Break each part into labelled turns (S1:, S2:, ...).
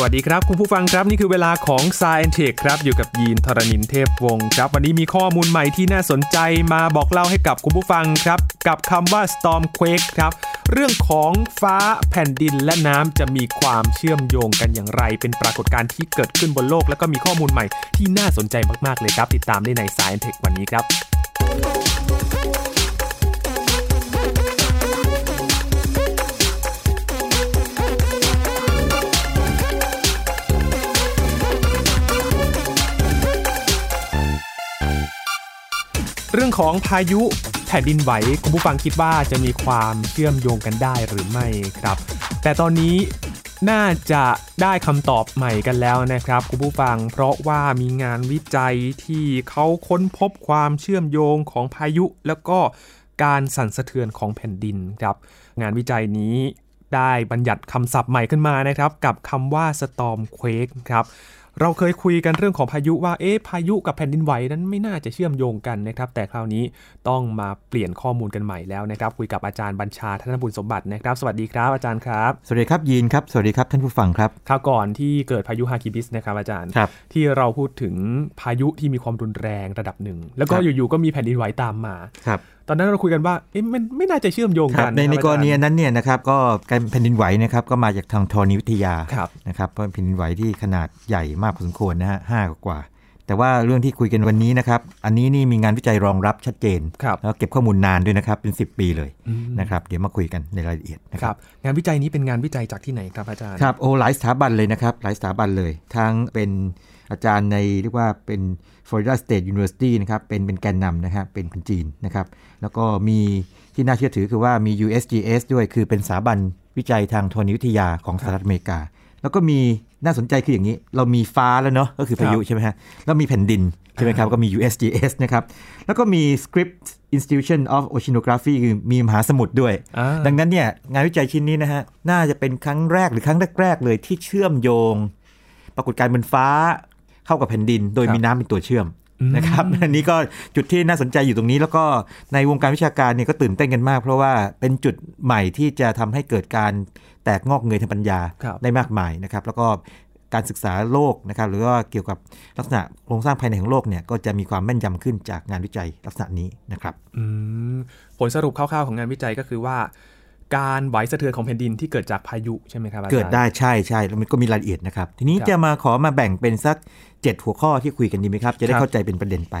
S1: สวัสดีครับ คุณผู้ฟังครับนี่คือเวลาของ s ซเอนเทคครับ อยู่กับยีนทรณินเทพวงศ์ครับ วันนี้มีข้อมูลใหม่ที่น่าสนใจมาบอกเล่าให้กับคุณผู้ฟังครับ กับคำว่า storm quake ครับ เรื่องของฟ้าแผ่นดินและน้ำจะมีความเชื่อมโยงกันอย่างไร เป็นปรากฏการณ์ที่เกิดขึ้นบนโลก แล้วก็มีข้อมูลใหม่ที่น่าสนใจมากๆเลยครับ ติดตามได้ใน s ซเอนเทควันนี้ครับ เรื่องของพายุแผ่นดินไหวคุณผู้ฟังคิดว่าจะมีความเชื่อมโยงกันได้หรือไม่ครับ แต่ตอนนี้น่าจะได้คำตอบใหม่กันแล้วนะครับคุณผู้ฟัง เพราะว่ามีงานวิจัยที่เขาค้นพบความเชื่อมโยงของพายุ แล้วก็การสั่นสะเทือนของแผ่นดินครับ งานวิจัยนี้ได้บัญญัติคำศัพท์ใหม่ขึ้นมานะครับ กับคำว่า storm quake ครับ เราเคยคุยกันเรื่องของพายุว่า เอ๊ะ พายุกับแผ่นดินไหวนั้นไม่น่าจะเชื่อมโยงกันนะครับ แต่คราวนี้ต้องมาเปลี่ยนข้อมูลกันใหม่แล้วนะครับ คุยกับอาจารย์บัญชาธนบุญสมบัตินะครับ สวัสดีครับอาจารย์ครับ
S2: สวัสดีครับยีนครับ สวัสดีครับท่านผู้ฟังครับ
S1: คราวก่อนที่เกิดพายุฮากิบิสนะครับอาจารย์
S2: ครับ
S1: ที่เราพูดถึงพายุที่มีความรุนแรงระดับหนึ่ง แล้วก็
S2: ครับ
S1: อยู่ๆ ก็มีแผ่นดินไหวตามมา
S2: ครับ
S1: ตอนนั้นเราคุยกันว่า เอ๊ะ มันไม่น่าจะเชื่อมโยงกัน
S2: ใน
S1: ะ
S2: ใน
S1: ครับ
S2: กรณีนั้นเนี่ยนะครับก็การแผ่นดินไหวนะครับก็มาจากทางธรณีวิทยา
S1: อาจารย์ครับ
S2: นะครับเพราะแผ่นดินไหวที่ขนาดใหญ่มากพอสมควรนะฮะห้ากว่าๆแต่ว่าเรื่องที่คุยกันวันนี้นะครับอันนี้นี่มีงานวิจัยรองรับชัดเจน
S1: ครับ
S2: แล้วเก็บข้อมูลนานด้วยนะครับเป็น 10 ปีเลย
S1: อืม
S2: นะครับเดี๋ยวมาคุยกันในรายละเอียดนะ
S1: ค
S2: ค
S1: รั
S2: รับบ
S1: งานวิจัยนี้เป็นงานวิจัยจากที่ไหนครับอาจารย์
S2: ครับโอ้หลายสถาบันเลยนะครับหลายสถาบันเลยทั้งเป็นอาจารย์ในเรียกว่าเป็น Florida State University นะครับเป็นเป็นแกนนำนะครับเป็นคนจีนนะครับ แล้วก็มีที่น่าเชื่อถือคือว่ามี USGS ด้วยคือเป็นสถาบันวิจัยทางธรณีวิทยาของสหรัฐอเมริกา แล้วก็มีน่าสนใจคืออย่างนี้ เรามีฟ้าแล้วเนาะก็คือพายุใช่ไหมฮะแล้วมีแผ่นดินใช่ไหมครับก็มี USGS นะครับ แล้วก็มี Scripps Institution of Oceanography คือมีมหาสมุทรด้วย
S1: อ่า
S2: ดังนั้นเนี่ยงานวิจัยชิ้นนี้นะฮะน่าจะเป็นครั้งแรกหรือครั้งแรกๆเลยที่เชื่อมโยง ปรากฏการณ์บนฟ้าเข้ากับแผ่นดิน โดย
S1: ครับ
S2: มีน้ำเป็นตัวเชื่อมนะครับ อันนี้ก็จุดที่น่าสนใจอยู่ตรงนี้ แล้วก็ในวงการวิชาการเนี่ยก็ตื่นเต้นกันมาก เพราะว่าเป็นจุดใหม่ที่จะทำให้เกิดการแตกงอกเงยทางปัญญา
S1: ครับ
S2: ได้มากมายนะครับ แล้วก็การศึกษาโลกนะครับ หรือว่าเกี่ยวกับลักษณะโครงสร้างภายในของโลกเนี่ยก็จะมีความแม่นยำขึ้นจากงานวิจัยลักษณะนี้นะครับ
S1: อืมผลสรุปคร่าวๆของงานวิจัยก็คือว่า การไหวสะเทือนของแผ่นดินที่เกิดจากพายุใช่ไหมครับอาจารย์
S2: เกิดได้ใช่ใช่แล้วมันก็มีรายละเอียดนะครับ ทีนี้
S1: ครับ
S2: จะมาขอมาแบ่งเป็นสัก 7 หัวข้อที่คุยกันดีไหมครับ จะ
S1: ค
S2: ได้
S1: รับ
S2: เข้าใจเป็นประเด็นไป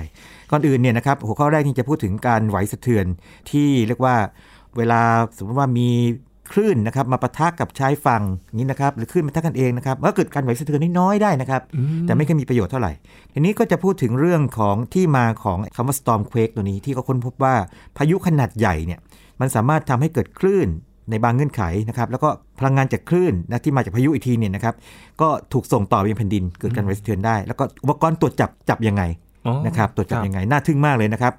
S2: ก่อนอื่นเนี่ยนะครับหัวข้อแรกที่จะพูดถึงการไหวสะเทือนที่เรียกว่าเวลาสมมติว่ามีคลื่นนะครับมาปะทะกับชายฝั่งอย่างนี้นะครับหรือคลื่นมาปะทะกันเองนะครับก็เกิดการไหวสะเทือนน้อยๆได้นะครับ
S1: อืม
S2: แต่ไม่เคอยมีประโยชน์เท่าไหร่ ทีนี้ก็จะพูดถึงเรื่องของที่มาของคำว่า storm quake ตัวนี้ที่เขาค้นพบว่าพายุขนาดใหญ่เนี่ยมันสามารถทำให้เกิดคลื่นในบางเงื่อนไขนะครับแล้วก็พลังงานจากคลื่นนะที่มาจากพายุอีกทีเนี่ยนะครับก็ถูกส่งต่อไปยังแผ่นดินเกิดการไหวสะเทือนได้ แล้วก็อุปกรณ์ตรวจจับจับยังไง
S1: อ๋อ
S2: นะครับตรวจจับยังไงน่าทึ่งมากเลยนะครับ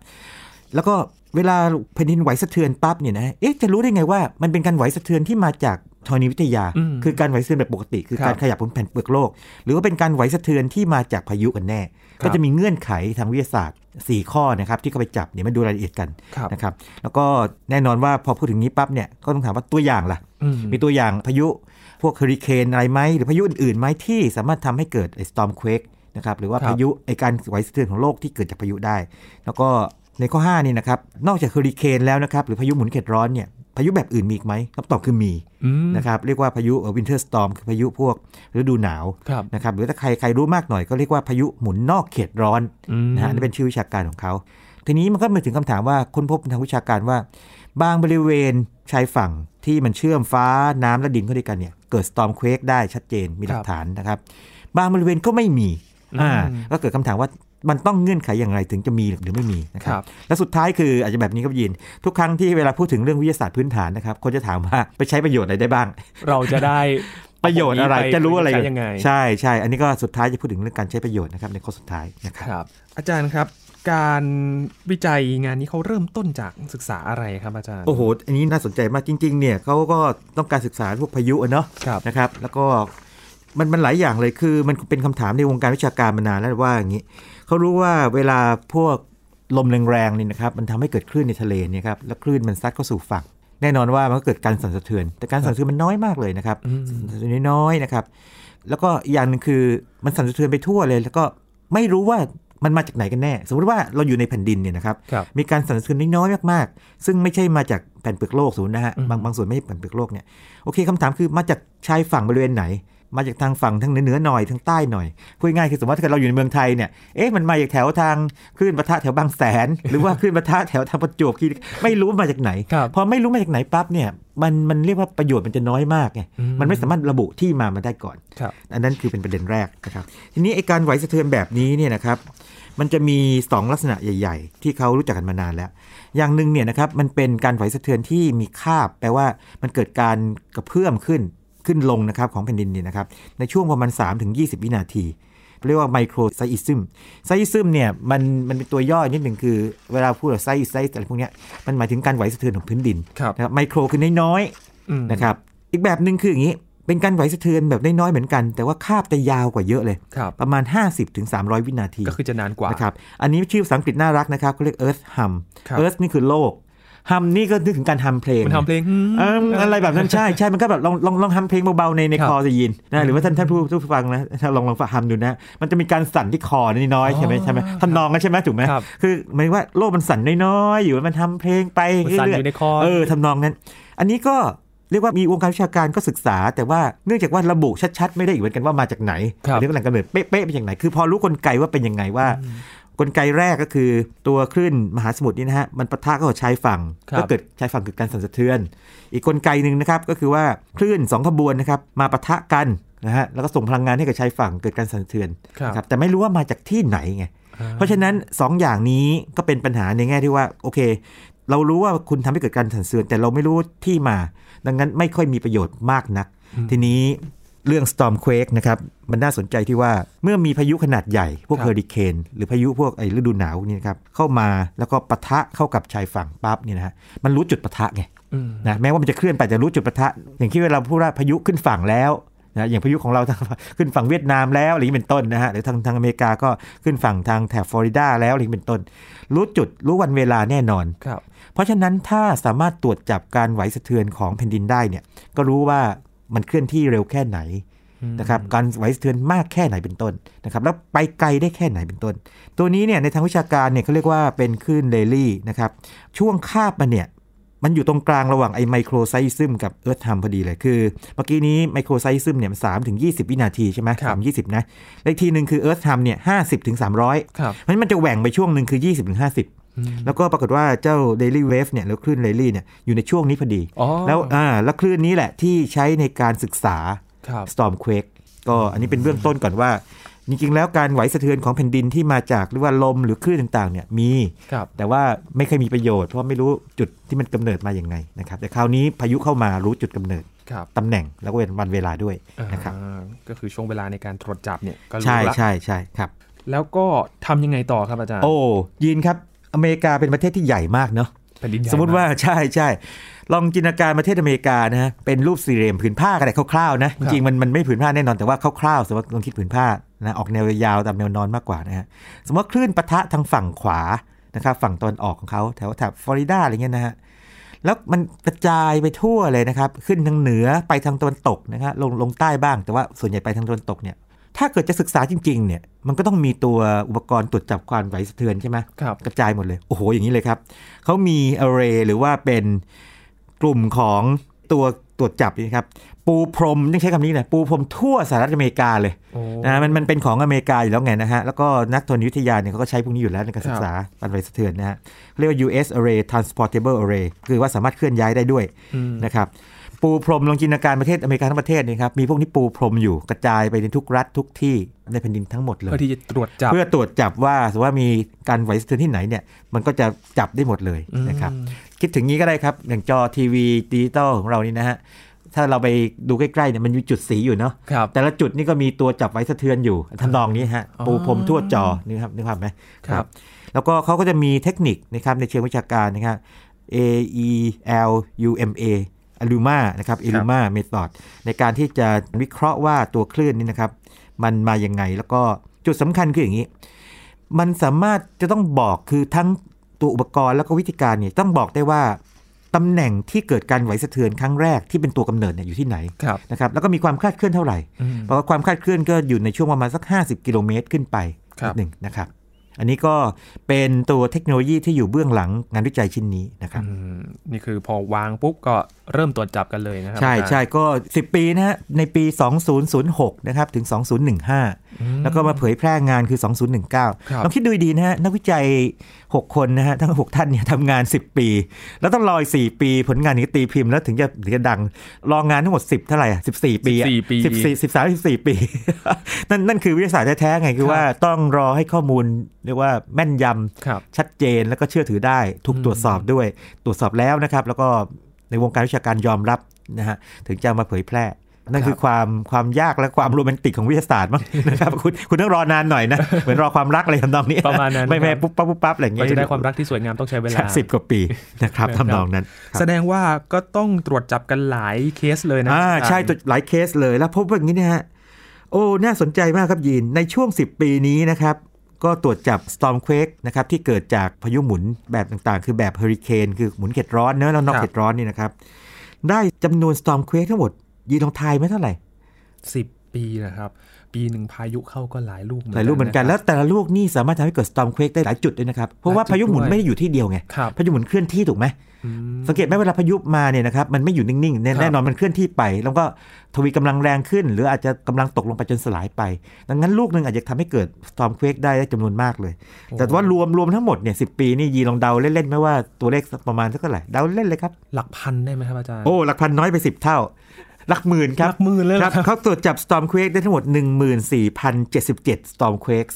S2: แล้วก็เวลาแผ่นดินไหวสะเทือนปั๊บเนี่ยนะเอ๊ะจะรู้ได้ไงว่ามันเป็นการไหวสะเทือนที่มาจากธรณีวิทยา
S1: อืม
S2: คือการไหวสะเทือนแบบปกติ คือ
S1: ครับ
S2: การขยับบนแผ่นเปลือกโลก หรือว่าเป็นการไหวสะเทือนที่มาจากพายุกันแน่
S1: ครับ
S2: ก็จะมีเงื่อนไขทางวิทยาศาสตร์ 4 ข้อนะครับที่เขาไปจับเดี๋ยวมาดูรายละเอียดกัน
S1: ครับ
S2: นะครับแล้วก็แน่นอนว่าพอพูดถึงนี้ปั๊บเนี่ยก็ต้องถามว่าตัวอย่างล่ะ
S1: อืม
S2: มีตัวอย่างพายุพวกเฮอริเคนอะไรไหมหรือพายุอื่นๆไหมที่สามารถทำให้เกิดไอ้สตอมควกนะครับหรือว่า
S1: ครับ
S2: พายุไอการไหวสะเทือนของโลกที่เกิดจากพายุได้ แล้วก็ในข้อ5นี่นะครับนอกจากเฮอริเคนแล้วนะครับหรือพายุหมุนเขตร้อนเนี่ยพายุแบบอื่นมีอีกไหมคำตอบคือมี
S1: อืม
S2: นะครับเรียกว่าพายุวินเทอร์สตอมคือพายุพวกฤดูหนาว
S1: ครับ
S2: นะครับหรือถ้าใครใครรู้มากหน่อยก็เรียกว่าพายุหมุนนอกเขตร้อน
S1: อืม
S2: นะฮะนี่เป็นชื่อวิชาการของเขา ทีนี้มันก็มาถึงคำถามว่าค้นพบทางวิชาการว่า บางบริเวณชายฝั่งที่มันเชื่อมฟ้าน้ำและดินเข้าด้วยกันเนี่ยเกิดสตอมควกได้ชัดเจนมีหลั
S1: ค
S2: ก
S1: รับ
S2: ฐานนะครับ บางบริเวณก็ไม่มีอ่า
S1: อืม
S2: ก็เกิดคำถามว่ามันต้องเงื่อนไขอย่างไรถึงจะมีหรือไม่มีนะค
S1: ครับ รับ
S2: และสุดท้ายคืออาจจะแบบนี้ครับยิน ทุกครั้งที่เวลาพูดถึงเรื่องวิทยาศาสตร์พื้นฐานนะครับคนจะถามว่าไปใช้ประโยชน์อะไรได้บ้าง
S1: เราจะได้
S2: ประโยชน์อะไร
S1: ป
S2: จะรู้อะไร
S1: ใช้ยังไง
S2: ใช่ใช่อันนี้ก็สุดท้ายจะพูดถึงเรื่องการใช้ประโยชน์นะครับในข้อสุดท้ายนะครับ
S1: ครับ อาจารย์ครับ การวิจัยงานนี้เขาเริ่มต้นจากศึกษาอะไรครับอาจารย์
S2: โอ้โห อันนี้น่าสนใจมากจริงๆ เนี่ยเขาก็ต้องการศึกษาพวกพายุอะเนาะ
S1: ครับ
S2: นะครับ แล้วก็มันมันหลายอย่างเลยคือมันเป็นคำถามในวงการวิชาการมานานแล้วว่าอย่างนี้เขารู้ว่าเวลาพวกลมแรงๆนี่นะครับมันทำให้เกิดคลื่นในทะเลเนี่ยครับแล้วคลื่นมันซัดเข้าสู่ฝั่ง แน่นอนว่ามันก็เกิดการสั่นสะเทือน แต่การสั่นสะเทือนมันน้อยมากเลยนะครับ
S1: อืม
S2: สั่นสะเทือนน้อยๆนะครับ แล้วก็อีกอย่างหนึ่งคือมันสั่นสะเทือนไปทั่วเลย แล้วก็ไม่รู้ว่ามันมาจากไหนกันแน่ สมมติว่าเราอยู่ในแผ่นดินเนี่ยนะครับ
S1: ครับ
S2: มีการสั่นสะเทือนน้อยๆมากๆ ซึ่งไม่ใช่มาจากแผ่นเปลือกโลกสูนย์นะฮะ
S1: อืม
S2: บางบางส่วนไม่ใช่แผ่นเปลือกโลกเนี่ย โอเคคำถามคือมาจากชายฝั่งบริเวณไหน มาจากทางฝั่งทางเหนือเหนือหน่อยทางใต้หน่อย พูดง่ายๆคือสมมติว่าถ้าเกิดเราอยู่ในเมืองไทยเนี่ย เอ๊ะมันมาจากแถวทางคลื่นปะทะแถวบางแสน หรือว่าคลื่นปะทะแถวทางประจวบคีรีไม่รู้มาจากไหน
S1: ครับ
S2: พอไม่รู้มาจากไหนปั๊บเนี่ย มันมันเรียกว่าประโยชน์มันจะน้อยมากไง
S1: อืม
S2: มันไม่สามารถระบุที่มามันได้ก่อน
S1: ครับ
S2: อันนั้นคือเป็นประเด็นแรกนะครับ ทีนี้ไอการไหวสะเทือนแบบนี้เนี่ยนะครับ มันจะมี 2 ลักษณะใหญ่ ๆ ที่เขารู้จักกันมานานแล้ว อย่างหนึ่งเนี่ยนะครับมันเป็นการไหวสะเทือนที่มีคาบ แปลว่ามันเกิดการกระเพื่อมขึ้นขึ้นลงนะครับของแผ่นดินเนี่ยนะครับในช่วงประมาณ 3-20 วินาที เรียกว่าไมโครไซอิซึมไซอิซึมเนี่ยมันมันเป็นตัวย่อนิดหนึ่งคือ เวลาพูดไซอิซอะไรพวกเนี้ยมันหมายถึงการไหวสะเทือนของพื้นดิน
S1: ครับ
S2: นะครับไมโครคือน้อยๆ
S1: อืม
S2: นะครับ อีกแบบหนึ่งคืออย่างนี้ เป็นการไหวสะเทือนแบบน้อยๆเหมือนกัน แต่ว่าคาบจะยาวกว่าเยอะเลย
S1: ครับ
S2: ประมาณ 50-300 วินาที
S1: ก็คือจะนานกว่า
S2: นะครับ อันนี้ชื่อภาษาอังกฤษน่ารักนะครับเขาเรียก Earth Hum
S1: ครับ
S2: Earth นี่คือโลก Hum นี่ก็นึกถึงการทำเพลง
S1: มันทำเพลงอืม
S2: เอิ่มอะไรแบบนั้นใช่ใช่มันก็แบบลองลองลองทำเพลงเบาๆในใน
S1: ครับ
S2: คอจะยินนะหรือว่าท่านท่านผู้ผู้ฟังนะถ้าลองลองฟังฮัมดูนะ มันจะมีการสั่นที่คอนิดน้อยๆใช่ไหมใช่ไหมทำนองกันใช่ไหมถูกไหม
S1: ครับ
S2: คือหมายถึงว่าโลกมันสั่นน้อยๆอยู่มันทำเพลงไป
S1: มัน
S2: เรื่อยๆ
S1: สั่นอยู่ในคอ
S2: เออทำนองนั้น อันนี้ก็เรียกว่ามีวงการวิชาการก็ศึกษา แต่ว่าเนื่องจากว่าระบุชัดๆ ไม่ได้อีกเหมือนกันว่ามาจากไหน
S1: ครับ
S2: หรือว่าแหล่งกำเนิดเป๊ะๆเป็นอย่างไหนคือพอรู้กลไกว่าเป็นยังไงว่า กลไกแรกก็คือตัวคลื่นมหาสมุทรนี่นะฮะมันปะทะเข้ากับชายฝั่ง
S1: ครับ
S2: ก็เกิดชายฝั่งเกิดการสั่นสะเทือน อีกกลไกหนึ่งนะครับก็คือว่าคลื่นสองขบวนนะครับมาปะทะกันนะฮะแล้วก็ส่งพลังงานให้กับชายฝั่งเกิดการสั่นสะเทือน
S1: ครับ
S2: นะแต่ไม่รู้ว่ามาจากที่ไหนไง
S1: อ่
S2: เพราะฉะนั้น 2 อย่างนี้ก็เป็นปัญหาในแง่ที่ว่าโอเค เรารู้ว่าคุณทำให้เกิดการสั่นเสือนแต่เราไม่รู้ที่มา ดังนั้นไม่ค่อยมีประโยชน์มากนัก ทีนี้เรื่อง storm quake นะครับ มันน่าสนใจที่ว่าเมื่อมีพายุขนาดใหญ่ พวก
S1: ครับ
S2: เฮอริเคนหรือพายุพวกไอ้ฤดูหนาวนี่นะครับ เข้ามาแล้วก็ปะทะเข้ากับชายฝั่งปั๊บเนี่ยนะฮะมันรู้จุดปะทะไง
S1: อืม
S2: นะแม้ว่ามันจะเคลื่อนไปแต่รู้จุดปะทะ อย่างที่เวลาพูดว่าพายุขึ้นฝั่งแล้วนะอย่างพายุของเรา ทาง ขึ้นฝั่งเวียดนามแล้วอะไรอย่างนี้เป็นต้นนะฮะหรือทางทางอเมริกาก็ขึ้นฝั่งทางแถบฟลอริดาแล้วอะไรอย่างนี้เป็นต้น รู้จุดรู้วันเวลาแน่นอน
S1: ครับ
S2: เพราะฉะนั้นถ้าสามารถตรวจจับการไหวสะเทือนของแผ่นดินได้เนี่ยก็รู้ว่ามันเคลื่อนที่เร็วแค่ไหน
S1: อืม
S2: นะครับการไหวสะเทือนมากแค่ไหนเป็นต้นนะครับแล้วไปไกลได้แค่ไหนเป็นต้น ตัวนี้เนี่ยในทางวิชาการเนี่ยเขาเรียกว่าเป็นคลื่นเรลลี่นะครับช่วงคาบมันเนี่ยมันอยู่ตรงกลางระหว่างไอไมโครไซซึมกับเอิร์ธทัมพอดีเลยคือเมื่อกี้นี้ไมโครไซซึมเนี่ยมันสามถึงยี่สิบวินาทีใช่ไหม
S1: ครับ
S2: สามยี่สิบนะและอีกทีหนึ่งคือเอิร์ธทัมเนี่ยห้าสิบถึงสามร้อย
S1: ครับ
S2: เพราะฉะนั้นมันจะแหว่งไปช่วงหนึ่งคือ20-50ถึง
S1: อืม
S2: แล้วก็ปรากฏว่าเจ้า Daily Wave เนี่ยหรือคลื่น Daily เนี่ยอยู่ในช่วงนี้พอดี
S1: อ๋อ
S2: แล้วอ่าแล้วคลื่นนี้แหละที่ใช้ในการศึกษา
S1: ครับ
S2: Storm Quake ก็อันนี้เป็นเบื้องต้นก่อนว่า จริงๆ แล้วการไหวสะเทือนของแผ่นดินที่มาจากหรือว่าลมหรือคลื่นต่างๆเนี่ยมี
S1: ครับ
S2: แต่ว่าไม่เคยมีประโยชน์เพราะว่าไม่รู้จุดที่มันกำเนิดมาอย่างไงนะครับแต่คราวนี้พายุเข้ามารู้จุดกำเนิด
S1: ครับ
S2: ตำแหน่งแล้วก็เป็นวันเวลาด้วยนะครับ
S1: อ่าก็คือช่วงเวลาในการตรวจจับเนี่ยก็รู้
S2: ใช่
S1: ละ
S2: ใช่ใช่ครับ
S1: แล้วก็ทำยังไงต่อครับอาจารย์
S2: โอ้ยีนครับอเมริกาเป็นประเทศที่ใหญ่มากเนาะ
S1: แผ่นดินใหญ่
S2: สมมติว่า ใช่ใช่ลองจินตนาการประเทศอเมริกานะฮะเป็นรูปสี่เหลี่ยมผืนผ้ากันแต่คร่าวๆนะจริงๆมันมันไม่ผืนผ้าแน่นอนแต่ว่าคร่าวๆสมมติลองคิดผืนผ้านะออกแนวยาวตามแนวนอนมากกว่านะฮะสมมติว่าคลื่นปะทะทางฝั่งขวานะครับฝั่งตอนออกของเขาแถวแถบฟลอริดาอะไรเงี้ยนะฮะแล้วมันกระจายไปทั่วเลยนะครับขึ้นทางเหนือไปทางตะวันตกนะฮะลงลงใต้บ้าง แต่ว่าส่วนใหญ่ไปทางตะวันตกเนี่ยถ้าเกิดจะศึกษาจริงๆเนี่ยมันก็ต้องมีตัวอุปกรณ์ตรวจจับความไหวสะเทือนใช่ไหม
S1: ครับ
S2: กระจายหมดเลย โอ้โห อย่างนี้เลยครับ เขามี array หรือว่าเป็นกลุ่มของตัวตรวจจับนะครับ ปูพรมต้องใช้คำนี้นะปูพรมทั่วสหรัฐอเมริกาเลย
S1: โอ้
S2: นะมันมันเป็นของอเมริกาอยู่แล้วไงนะฮะ แล้วก็นักธรณีวิทยาเนี่ยเขาก็ใช้พวกนี้อยู่แล้วในการศึกษาการไหวสะเทือนนะฮะเรียกว่า U.S. Array Transportable Array คือว่าสามารถเคลื่อนย้ายได้ด้วย
S1: อืม
S2: นะครับ ปูพรมลองจินตนาการประเทศอเมริกาทั้งประเทศนี่ครับ มีพวกนี้ปูพรมอยู่กระจายไปในทุกรัฐทุกที่ในแผ่นดินทั้งหมดเลย
S1: เพื่อที่จะตรวจจับ
S2: เพื่อตรวจจับว่าสมมติว่ามีการไหวสะเทือนที่ไหนเนี่ยมันก็จะจับได้หมดเลย
S1: ม
S2: นะครับคิดถึงนี้ก็ได้ครับ อย่างจอทีวีดิจิตอลของเรานี่นะฮะถ้าเราไปดูใกล้ๆเนี่ยมันมีจุดสีอยู่เนาะ
S1: ครับ
S2: แต่ละจุดนี่ก็มีตัวจับไหวสะเทือนอยู่ทำนองนี้ฮะ
S1: อ๋อ
S2: ปูพรมทั่วจอนี่ครับนึกภาพไหม
S1: ครับ
S2: แล้วก็เขาก็จะมีเทคนิคนะครับในเชิงวิชาการนะครับ A E L U M A อลูมานะครับอลูมาเมธอดในการที่จะวิเคราะห์ว่าตัวคลื่นนี่นะครับ มันมายังไงแล้วก็จุดสำคัญคืออย่างนี้ มันสามารถจะต้องบอกคือทั้งตัวอุปกรณ์แล้วก็วิธีการเนี่ยต้องบอกได้ว่า ตำแหน่งที่เกิดการไหวสะเทือนครั้งแรกที่เป็นตัวกำเนิดเนี่ยอยู่ที่ไหน
S1: ครับ
S2: นะครับแล้วก็มีความคลาดเคลื่อนเท่าไหร่
S1: อืม
S2: เพราะว่าความคลาดเคลื่อนก็อยู่ในช่วงประมาณสัก 50 กิโลเมตรขึ้นไป
S1: ครับ
S2: นิดหนึ่งนะครับ อันนี้ก็เป็นตัวเทคโนโลยีที่อยู่เบื้องหลังงานวิจัยชิ้นนี้นะครับ
S1: อืมนี่คือพอวางปุ๊บก็เริ่มตรวจจับกันเลยนะครั
S2: ใช่
S1: อาจารย์
S2: ใช่ก็ 10 ปีนะฮะในปี 2006 นะครับ ถึง
S1: อืม
S2: 2015 แล้วก็มาเผยแพร่งานคือ
S1: ครับ
S2: 2019ลองคิดดูดีนะฮะ นักวิจัย 6 คนนะฮะ ทั้ง 6 ท่านเนี่ยทำงาน 10 ปี แล้วต้องรออีก4ปี ผลงานนี้ตีพิมพ์แล้วถึงจะถึงจะดัง รองานทั้งหมด 10 เท่าไหร่อะ14 ปีอะ
S1: 14ปี
S2: 14 13 14 ปี นั่นนั่นคือวิทยาศาสตร์แท้ๆไงคือว่าต้องรอให้ข้อมูลเรียกว่าแม่นยำ
S1: ครับ
S2: ชัดเจนแล้วก็เชื่อถือได้ถูก
S1: อืม
S2: ตรวจสอบด้วย ตรวจสอบแล้วนะครับ แล้วก็ในวงการวิชาการยอมรับนะฮะถึงจะเอามาเผยแพร่ นั่นคือความความยากและความโรแมนติกของวิทยาศาสตร์มั้ง นะครับคุณคุณต้องรอนานหน่อยนะ เหมือนรอความรักอะไรทำนองนี้
S1: ประมาณนั้น
S2: ไม่
S1: ค
S2: ไม่
S1: รับ
S2: ปุ๊บปั๊บปุ๊บปั๊บอะไรอย่าง
S1: ก็
S2: เงี้ย
S1: จะได้ความรักที่สวยงามต้องใช้เวลา
S2: สิบกว่าปีนะครับ
S1: ครับ
S2: ทำนองนั้น
S1: แสดงว่าก็ต้องตรวจจับกันหลายเคสเลยนะ
S2: อ่า
S1: อาจารย์
S2: ใช่ตัวหลายเคสเลยแล้วพบว่าอย่างนี้นะฮะโอ้น่าสนใจมากครับยีนในช่วง 10 ปีนี้นะครับ ก็ตรวจจับ storm quake นะครับที่เกิดจากพายุหมุนแบบต่างๆ คือแบบเฮอริเคนคือหมุนเขตร้อนเนอะแล้วนอกเขตร้อนนี่นะครับ ได้จำนวน storm quake ทั้งหมด ยีนลองทายไหมเท่าไหร่
S1: สิบปีนะครับ ปีหนึ่งพายุเข้าก็หลายลูก
S2: หลายลูกเหมือนกันะ
S1: ค
S2: แล้
S1: รั
S2: ว
S1: บ
S2: แต่ละลูกนี่สามารถทำให้เกิด storm quake ได้หลายจุดด้วยนะครับ เพราะว่า
S1: หลายจุด
S2: พายุหมุน
S1: ด้วย
S2: ไม่ได้อยู่ที่เดียวไง
S1: ครับ
S2: พายุหมุนเคลื่อนที่ถูกไหม
S1: อืม
S2: สังเกตไหมเวลาพายุมาเนี่ยนะครับมันไม่อยู่นิ่งๆแน่
S1: ครับ
S2: แน่นอนมันเคลื่อนที่ไป แล้วก็ทวีกำลังแรงขึ้น หรืออาจจะกำลังตกลงไปจนสลายไป ดังนั้นลูกหนึ่งอาจจะทำให้เกิด storm quake ได้จำนวนมากเลย
S1: โอ้
S2: แต่ว่ารวมรวมทั้งหมดเนี่ยสิปีนี่ยีลองเดาเล่นๆไหมว่าตัวเลขสักประมาณสักเท่าไหร่เดาเล่นเลยครับ
S1: หลักพันได้ไหมครับอาจารย์
S2: โอ้หลักพันน้อยไป 10 เท่า หลักหมื่นค
S1: ห
S2: รับ
S1: ลักหมื่นเลยเห
S2: ค
S1: ร
S2: รั
S1: อบ ครับ
S2: เขาตรวจจับ storm quake ได้ทั้งหมด 14,077 storm quakes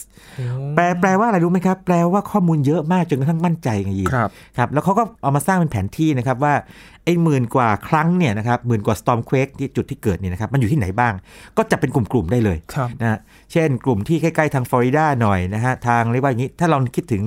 S2: แปลแปลว่าอะไรรู้ไหมครับแปลว่าข้อมูลเยอะมากจนกระทั่งมั่นใจไงยีน
S1: ครับ
S2: ครับแล้วเขาก็เอามาสร้างเป็นแผนที่นะครับว่าไอ้หมื่นกว่าครั้งเนี่ยนะครับหมื่นกว่า storm quake ที่จุดที่เกิดเนี่ยนะครับมันอยู่ที่ไหนบ้าง ก็จับเป็นกลุ่มๆได้เลย
S1: ครับ
S2: นะฮะเช่นกลุ่มที่ใกล้ๆทางฟลอริดาหน่อยนะฮะทางเรียกว่าอย่างนี้ ถ้าเราคิดถึง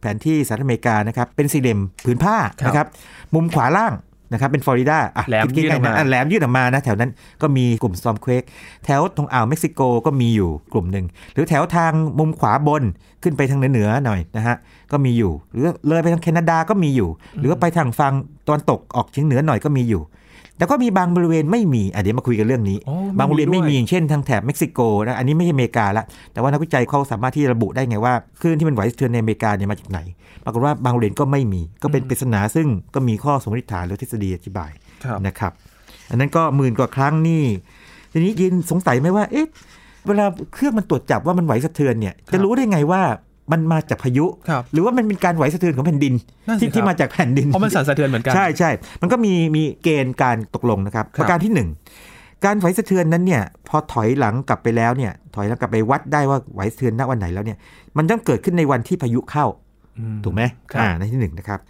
S2: แผนที่สหรัฐอเมริกานะครับเป็นสี่เหลี่ยมผืนผ้า
S1: ครับ
S2: นะครับมุมขวาล่างนะครับเป็นฟลอริดาอ่ะ
S1: แหลม
S2: คิด
S1: ยื่นออกมา
S2: ง่ยๆะแหลมยื่นออกมานะแถวนั้นก็มีกลุ่ม storm quake แถวตรงอ่าวเม็กซิโกก็มีอยู่กลุ่มหนึ่งหรือแถวทางมุมขวาบนขึ้นไปทางเหนือๆหน่อยนะฮะ ก็มีอยู่ หรือเลยไปทางแคนาดาก็มีอยู่ หรือว่าไปทางฝั่งตะวันตกออกเฉียงเหนือหน่อยก็มีอยู่ แต่ก็มีบางบริเวณไม่มีอ่ะเดี๋ยวมาคุยกันเรื่องนี้
S1: โอ้
S2: บางบริเวณไม่
S1: ด้ว
S2: มี
S1: ย
S2: อย่างเช่นทางแถบเม็กซิโกนะอันนี้ไม่ใช่อเมริกาละแต่ว่านักวิจัยเขาสามารถที่จะระบุได้ไงว่าคลื่นที่มันไหวสะเทือนในอเมริกาเนี่ยมาจากไหนปรากฏว่าบางบริเวณก็ไม่มีก็เป็นปริศนาซึ่งก็มีข้อสมมติฐานหรือทฤษฎีอธิบาย
S1: ครับ
S2: นะครับ อันนั้นก็หมื่นกว่าครั้งนี่ ทีนี้ยินสงสัยไหมว่า เอ๊ะ เวลาเครื่องมันตรวจจับว่ามันไหวสะเทือนเนี่ย
S1: ครับ
S2: จะรู้ได้ไงว่ามันมาจากพายุ
S1: ครับ
S2: หรือว่ามันเป็นการไหวสะเทือนของแผ่นดิน
S1: นั่นสิ
S2: ที่
S1: ค
S2: ที่
S1: รับ
S2: มาจากแผ่นดิน
S1: เพราะมันสั่นสะเทือนเหมือนกัน
S2: ใช่ใช่ มันก็มีมีเกณฑ์การตกลงนะครับ
S1: ครับ
S2: ประการที่หนึ่งการไหวสะเทือนนั้นเนี่ยพอถอยหลังกลับไปแล้วเนี่ยถอยหลังกลับไปวัดได้ว่าไหวสะเทือนณวันไหนแล้วเนี่ยมันต้องเกิดขึ้นในวันที่พายุเข้า
S1: อื
S2: ถูกไหม
S1: ครับ
S2: อ่าในที่หนึ่งนะครับ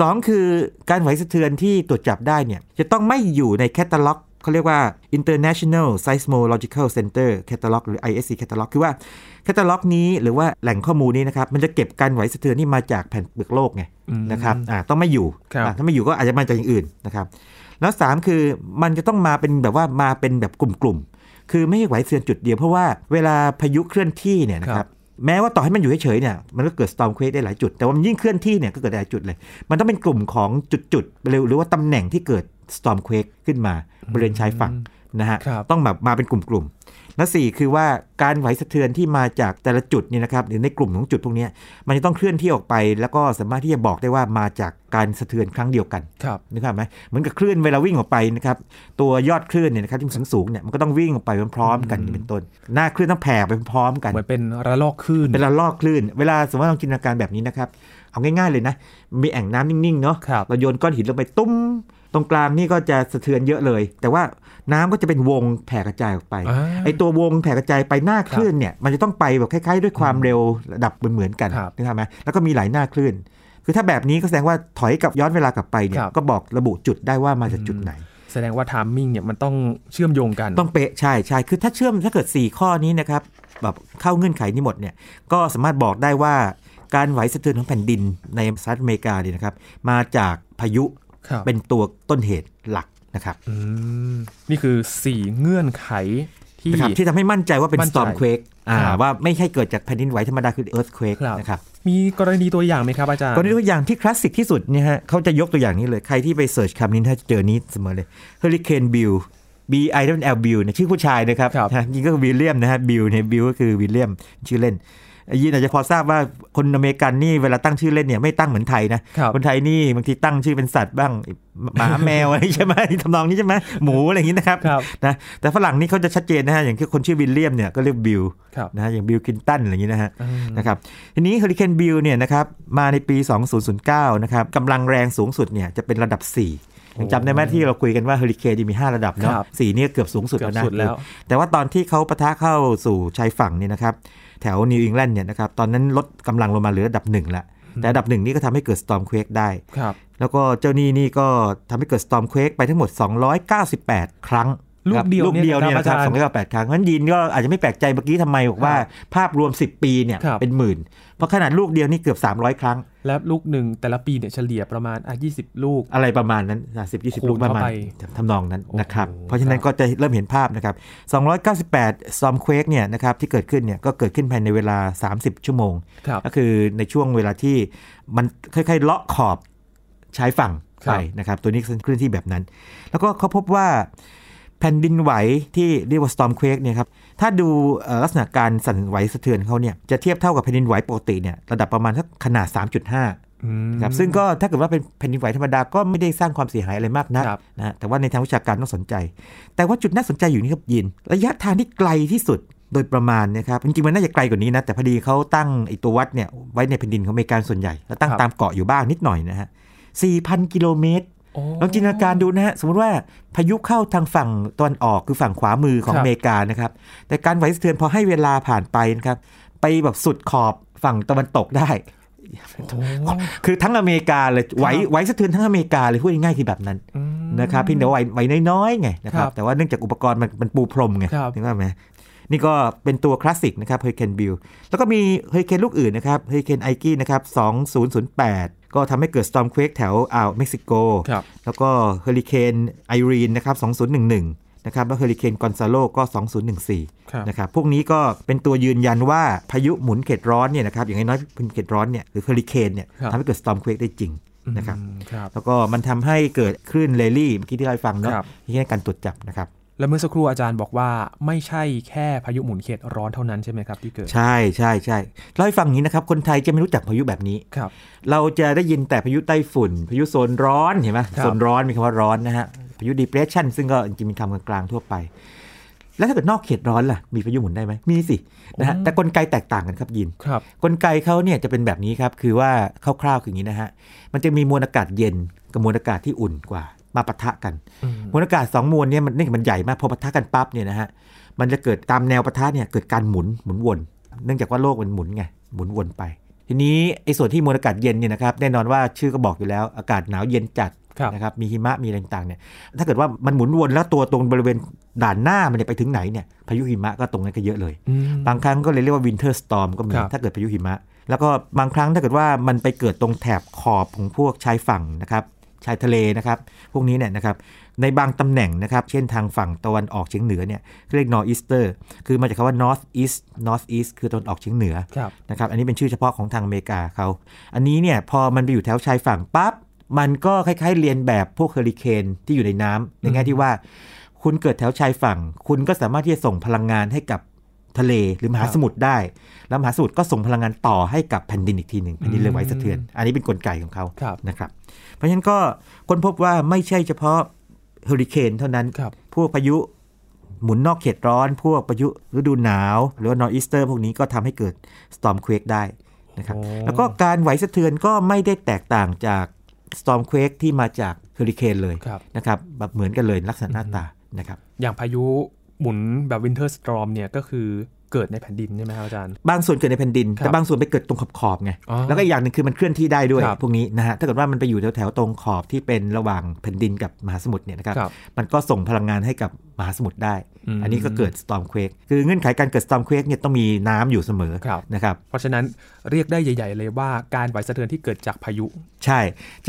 S2: สองคือการไหวสะเทือนที่ตรวจจับได้เนี่ยจะต้องไม่อยู่ในแคตตาล็อกเขาเรียกว่า International Seismological Center Catalog หรือ ISC Catalog คือว่าแคตตาล็อกนี้หรือว่าแหล่งข้อมูลนี้นะครับ มันจะเก็บการไหวสะเทือนที่มาจากแผ่นเปลือกโลกไง
S1: อืม
S2: นะครับอ่าต้องไม่อยู่
S1: ครับ
S2: อ่าถ้าไม่อยู่ก็อาจจะมาจากอย่างอื่นนะครับ แล้วสามคือมันจะต้องมาเป็นแบบว่ามาเป็นแบบกลุ่มๆ คือไม่ให้ไหวเสือนจุดเดียว เพราะว่าเวลาพายุเคลื่อนที่เนี่ยนะค
S1: ครั
S2: รับ
S1: บ
S2: แม้ว่าต่อให้มันอยู่เฉยๆเนี่ยมันก็เกิด storm quake ได้หลายจุด แต่ว่ามันยิ่งเคลื่อนที่เนี่ยก็เกิดได้หลายจุดเลย มันต้องเป็นกลุ่มของจุดๆหรือหรือว่าตำแหน่งที่เกิด storm quake ขึ้นมาบริเวณชายฝั่งนะฮะ
S1: ครับ
S2: ต้องแบบมาเป็นกลุ่มๆและสี่คือว่าการไหวสะเทือนที่มาจากแต่ละจุดเนี่ยนะครับหรือในกลุ่มของจุดพวกเนี้ยมันจะต้องเคลื่อนที่ออกไป แล้วก็สามารถที่จะบอกได้ว่ามาจากการสะเทือนครั้งเดียวกัน
S1: ครับ
S2: นึกภาพไหมเหมือนกับคลื่นเวลาวิ่งออกไปนะครับตัวยอดคลื่นเนี่ยนะครับที่มันสูงๆเนี่ยมันก็ต้องวิ่งออกไปพร้อมๆกันเป็นต้น หน้าคลื่นต้องแผ่ไปพร้อมๆกัน
S1: เหมือนเป็นระลอกคลื่น
S2: เป็นระลอกคลื่น เวลาสมมติว่าเราจินตนาการแบบนี้นะครับ เอาง่าย ๆเลยนะ มีแอ่งน้ำนิ่งๆเนาะ
S1: ครับ
S2: เราโยนก้อนหินลงไปตุ้ม ตรงกลางนี่ก็จะสะเทือนเยอะเลย แต่ว่าน้ำก็จะเป็นวงแผ่กระจายออกไป
S1: อ่า
S2: ไอตัววงแผ่กระจายไปหน้าคลื่นเนี่ยมันจะต้องไปแบบคล้ายๆ ด้วยความเร็วระดับเหมือนๆกัน
S1: ครับ
S2: นึกภาพไหมแล้วก็มีหลายหน้าคลื่น คือถ้าแบบนี้ก็แสดงว่าถอยกลับย้อนเวลากลับไปเนี่
S1: ค
S2: ย
S1: รับ
S2: ก็บอกระบุจุดได้ว่ามาจากจุดไหน
S1: แสดงว่าไทามมิ่งเนี่ยมันต้องเชื่อมโยงกัน
S2: ต้องเป๊ะใช่ใช่คือถ้าเชื่อมถ้าเกิด 4 ข้อนี้นะครับแบบเข้าเงื่อนไขนี้หมดเนี่ยก็สามารถบอกได้ว่าการไหวสะเทือนของแผ่นดินในสหรัฐอเมริกาเนี่ยนะครับมาจากพายุ
S1: ครับ
S2: เป็นตัวต้นเหตุหลักนะครับ
S1: อืมนี่คือสี่เงื่อนไขที่
S2: นะครับที่ทำให้มั่นใจว่าเป็น
S1: มั่นใจ
S2: storm quake อ่า
S1: ครับ
S2: ว่าไม่ใช่เกิดจากแผ่นดินไหวธรรมดาคือ earthquake
S1: ครับ
S2: นะครับ
S1: มีกรณีตัวอย่างไหมครับอาจารย์
S2: กรณีตัวอย่างที่คลาสสิกที่สุดเนี่ยฮะเขาจะยกตัวอย่างนี้เลย ใครที่ไปเสิร์ชคำนี้ถ้าจะเจอนี้เสมอเลยเฮอริเคนบิล B I W L บิลเนี่ยชื่อผู้ชายนะครับ
S1: ครับ
S2: นะจริงก็คือวิลเลียมนะฮะบิลเนี่ยบิลก็คือวิลเลียมชื่อเล่นยินอาจจะพอทราบว่าคนอเมริกันนี่เวลาตั้งชื่อเล่นเนี่ยไม่ตั้งเหมือนไทยนะครับ นไทยนี่บางทีตั้งชื่อเป็นสัตว์บ้างหมาแมวอะไรใช่ไหม ทำนองนี้ใช่ไหมหมูอะไรอย่างนี้นะครับ
S1: ครับ
S2: นะแต่ฝรั่งนี่เขาจะชัดเจนนะฮะอย่างที่คนชื่อวิลเลียมเนี่ยก็เรียกบิล
S1: ครับ
S2: นะฮะอย่างบิลคินตันอะไรอย่างนี้นะฮะ
S1: อืม
S2: นะครับทีนี้เฮอริเคนบิลเนี่ยนะครับมาในปี 2009 นะครับกำลังแรงสูงสุดเนี่ยจะเป็นระดับ 4 ยังจำได้ไหมที่เราคุยกันว่าเฮอริเคนมี 5 ระดับเนาะ
S1: ครับ
S2: สี่เนี่ยเกือบสูงสุดแล้วนะ
S1: เกือบสุดแล้ว
S2: แต่ว่าตอนที่เขาปะทะเข้าสู่ชายฝั่งเนี่ยนะครับแถวนิวอิงแลนด์เนี่ยนะครับตอนนั้นลดกำลังลงมาเหลือระดับ 1 ละ แต่ระดับหนึ่งนี่ก็ทำให้เกิดสตอมควกได้
S1: ครับ
S2: แล้วก็เจ้าหนี่นี่ก็ทำให้เกิดสตอมควกไปทั้งหมด 298 ครั้ง
S1: ลูก
S2: ครับ
S1: เดียว
S2: ลูกเดียว
S1: เนี่
S2: เนี่ยย
S1: นะค
S2: นะค
S1: รั
S2: รั
S1: บบ อาจารย์
S2: สองร้อยเก้าสิบแปดครั้งงั้นยินก็อาจจะไม่แปลกใจเมื่อกี้ทำไมบอกว่า ภาพรวม 10 ปีเนี่ย
S1: ครับ
S2: เป็นหมื่น เพราะขนาดลูกเดียวนี่เกือบ 300 ครั้ง
S1: และลูกหนึ่งแต่ละปีเนี่ยเฉลี่ยประมาณอ่ะยี่สิบลูก
S2: อะไรประมาณนั้นสิบยี่สิบ
S1: คูณ
S2: ลูกประมาณ
S1: เข้าไป
S2: ทำนองนั้นนะครับ
S1: โอ้โห
S2: เพราะฉะนั้น
S1: ครับ
S2: ก็จะเริ่มเห็นภาพนะครับ 298ซอมควกเนี่ยนะครับที่เกิดขึ้นเนี่ยก็เกิดขึ้นภายในเวลา 30 ชั่วโมง
S1: ครับ
S2: ก็คือในช่วงเวลาที่มันค่อยๆ เลาะขอบชายฝั่ง
S1: ครั
S2: ไป
S1: บ
S2: นะครับ ตัวนี้เคลื่อนที่แบบนั้น แล้วก็เขาพบว่าแผ่นดินไหวที่เรียกว่า storm quake เนี่ยครับ ถ้าดูเอ่อลักษณะการสั่นไหวสะเทือนเขาเนี่ยจะเทียบเท่ากับแผ่นดินไหวปกติเนี่ยระดับประมาณสักขนาด 3.5
S1: อืม
S2: ครับซึ่งก็ถ้าเกิดว่าเป็นแผ่นดินไหวธรรมดาก็ไม่ได้สร้างความเสียหายอะไรมากนัก
S1: ครับ
S2: นะฮะแต่ว่าในทางวิชาการต้องสนใจ แต่ว่าจุดน่าสนใจอยู่นี่ครับยิน ระยะทางที่ไกลที่สุดโดยประมาณนะครับจริงๆมันน่าจะไกลกว่านี้นะ แต่พอดีเขาตั้งไอตัววัดเนี่ยไว้ในแผ่นดินของอเมริกาส่วนใหญ่ แล้วตั้งตามเกาะอยู่บ้างนิดหน่อยนะฮะ4,000 กิโลเมตร
S1: โอ้
S2: ลองจินตนาการดูนะฮะ สมมติว่าพายุเข้าทางฝั่งตะวันออกคือฝั่งขวามือของ
S1: ครับ
S2: อเมริกานะครับ แต่การไหวสะเทือนพอให้เวลาผ่านไปนะครับ ไปแบบสุดขอบฝั่งตะวันตกได้ คือทั้งอเมริกาเลยไหว
S1: ครับ
S2: ไหวสะเทือนทั้งอเมริกาเลยพูดง่ายๆคือแบบนั้น
S1: อืม
S2: นะครับเพียงแต่ไหวไหวน้อยๆไงนะค
S1: ค
S2: รั
S1: รับ บ
S2: แต่ว่าเนื่องจากอุปกรณ์มันมันปูพรมไง
S1: ครับ
S2: นึกว่าไหมนี่ก็เป็นตัวคลาสสิกนะครับเฮอริเคนบิลแล้วก็มีเฮอริเคนลูกอื่นนะครับเฮอริเคนไอกี้นะครับ2008 ก็ทำให้เกิดสตอมควักแถวอ่าวเม็กซิโก
S1: ครับ
S2: แล้วก็เฮอริเคนไอรีนนะครับ 2011 นะครับ แล้วเฮอริเคนกอนซาโลก็ 2014
S1: ครับ
S2: นะครับ พวกนี้ก็เป็นตัวยืนยันว่าพายุหมุนเขตร้อนเนี่ยนะครับ อย่างน้อยๆพายุเขตร้อนเนี่ย หรือเฮอริเคนเนี่ย
S1: ครับ
S2: ทำให้เกิดสตอมควกได้จริงนะครับ
S1: อืมครับ
S2: แล้วก็มันทำให้เกิดคลื่นเรลลี่เมื่อกี้ที่เราให้ฟังเนาะ
S1: ครับ
S2: ที่ให้การตรวจจับนะครับ
S1: และเมื่อสักครู่อาจารย์บอกว่าไม่ใช่แค่พายุหมุนเขตร้อนเท่านั้นใช่ไหมครับที่เกิด
S2: ใช่ใช่ใช่เล่าให้ฟังอย่างนี้นะครับ คนไทยจะไม่รู้จักพายุแบบนี้
S1: ครับ
S2: เราจะได้ยินแต่พายุไต้ฝุ่น พายุโซนร้อนเห็นไหม
S1: ครับ
S2: โซนร้อนมีคำว่าร้อนนะฮะพายุ depression ซึ่งก็จริงๆมีคำกลางๆทั่วไป แล้วถ้าเกิดนอกเขตร้อนล่ะ มีพายุหมุนได้ไหมมีสินะฮะแต่กลไกแตกต่างกันครับยิน
S1: ครับ
S2: กลไกเขาเนี่ยจะเป็นแบบนี้ครับ คือว่าคร่าวๆคืออย่างนี้นะฮะมันจะมีมวลอากาศเย็นกับมวลอากาศที่อุ่นกว่ามาปะทะกัน
S1: อืม
S2: มวลอากาศสองมวลเนี่ยมันเนื่องจากมันใหญ่มากพอปะทะกันปั๊บเนี่ยนะฮะมันจะเกิดตามแนวปะทะเนี่ยเกิดการหมุนหมุนวน เนื่องจากว่าโลกมันหมุนไงหมุนวนไป ทีนี้ไอ้ส่วนที่มวลอากาศเย็นเนี่ยนะครับแน่นอนว่าชื่อก็บอกอยู่แล้วอากาศหนาวเย็นจัด
S1: ครับ
S2: นะครับมีหิมะมีอะไรต่างๆเนี่ยถ้าเกิดว่ามันหมุนวนแล้วตัวตรงบริเวณด่านหน้ามันเนี่ยไปถึงไหนเนี่ยพายุหิมะก็ตรงนั้นก็เยอะเลย
S1: อืม
S2: บางครั้งก็เลยเรียกว่าวินเทอร์สตอมก็มี
S1: ครับ
S2: ถ้าเกิดพายุหิมะ แล้วก็บางครั้งถ้าเกิดว่ามันไปเกิดตรงแถบขอบของพวกชายฝั่งนะครับชายทะเลนะครับ พวกนี้เนี่ยนะครับในบางตำแหน่งนะครับ เช่นทางฝั่งตะวันออกเฉียงเหนือเนี่ยเรียก nor'easter คือมาจากคำว่า north east north east คือตะวันออกเฉียงเหนือ
S1: ครับ
S2: นะครับอันนี้เป็นชื่อเฉพาะของทางอเมริกาเขา อันนี้เนี่ยพอมันไปอยู่แถวชายฝั่งปั๊บมันก็คล้ายๆเรียนแบบพวกเฮอริเคนที่อยู่ในน้ำในแง่ที่ว่า คุณเกิดแถวชายฝั่ง คุณก็สามารถที่จะส่งพลังงานให้กับทะเลหรือมหาสมุทรได้ แล้วมหาสมุทรก็ส่งพลังงานต่อให้กับแผ่นดินอีกทีหนึ่งแผ่นดินเลยไหวสะเทือน อันนี้เป็นนกลไกของเขา
S1: ครับ
S2: นะครับ เพราะฉะนั้นก็ค้นพบว่าไม่ใช่เฉพาะเฮอริเคนเท่านั้น
S1: ครับ
S2: พวกพายุหมุนนอกเขตร้อน พวกพายุฤดูหนาว หรือว่านอร์อีสเตอร์พวกนี้ก็ทำให้เกิดสตอมควกได้นะครับ
S1: โอ้
S2: แล้วก็การไหวสะเทือนก็ไม่ได้แตกต่างจากสตอมควกที่มาจากเฮอริเคนเลย
S1: ครับ
S2: นะครับแบบเหมือนกันเลยลักษณะหน้าตานะครับ
S1: อย่างพายุหมุนแบบวินเทอร์สตรอมเนี่ยก็คือเกิดในแผ่นดินใช่ไหมครับอาจารย์
S2: บางส่วนเกิดในแผ่นดิน
S1: ครับ
S2: แต่บางส่วนไปเกิดตรงขอบขอบๆไง
S1: อ๋อ
S2: แล้วก็อีกอย่างหนึ่งคือมันเคลื่อนที่ได้ด้วย
S1: ครับ
S2: พวกนี้นะฮะ ถ้าเกิดว่ามันไปอยู่แถวๆตรงขอบที่เป็นระหว่างแผ่นดินกับมหาสมุทรเนี่ยนะครับ
S1: ครับ
S2: มันก็ส่งพลังงานให้กับมหาสมุทรได้
S1: อืม
S2: อันนี้ก็เกิดสตอมควกคือเงื่อนไขการเกิดสตอมควกเนี่ยต้องมีน้ำอยู่เสมอ
S1: ครับ
S2: นะครับ
S1: เพราะฉะนั้นเรียกได้ใหญ่ ๆ เลยว่าการไหวสะเทือนที่เกิดจากพายุ
S2: ใช่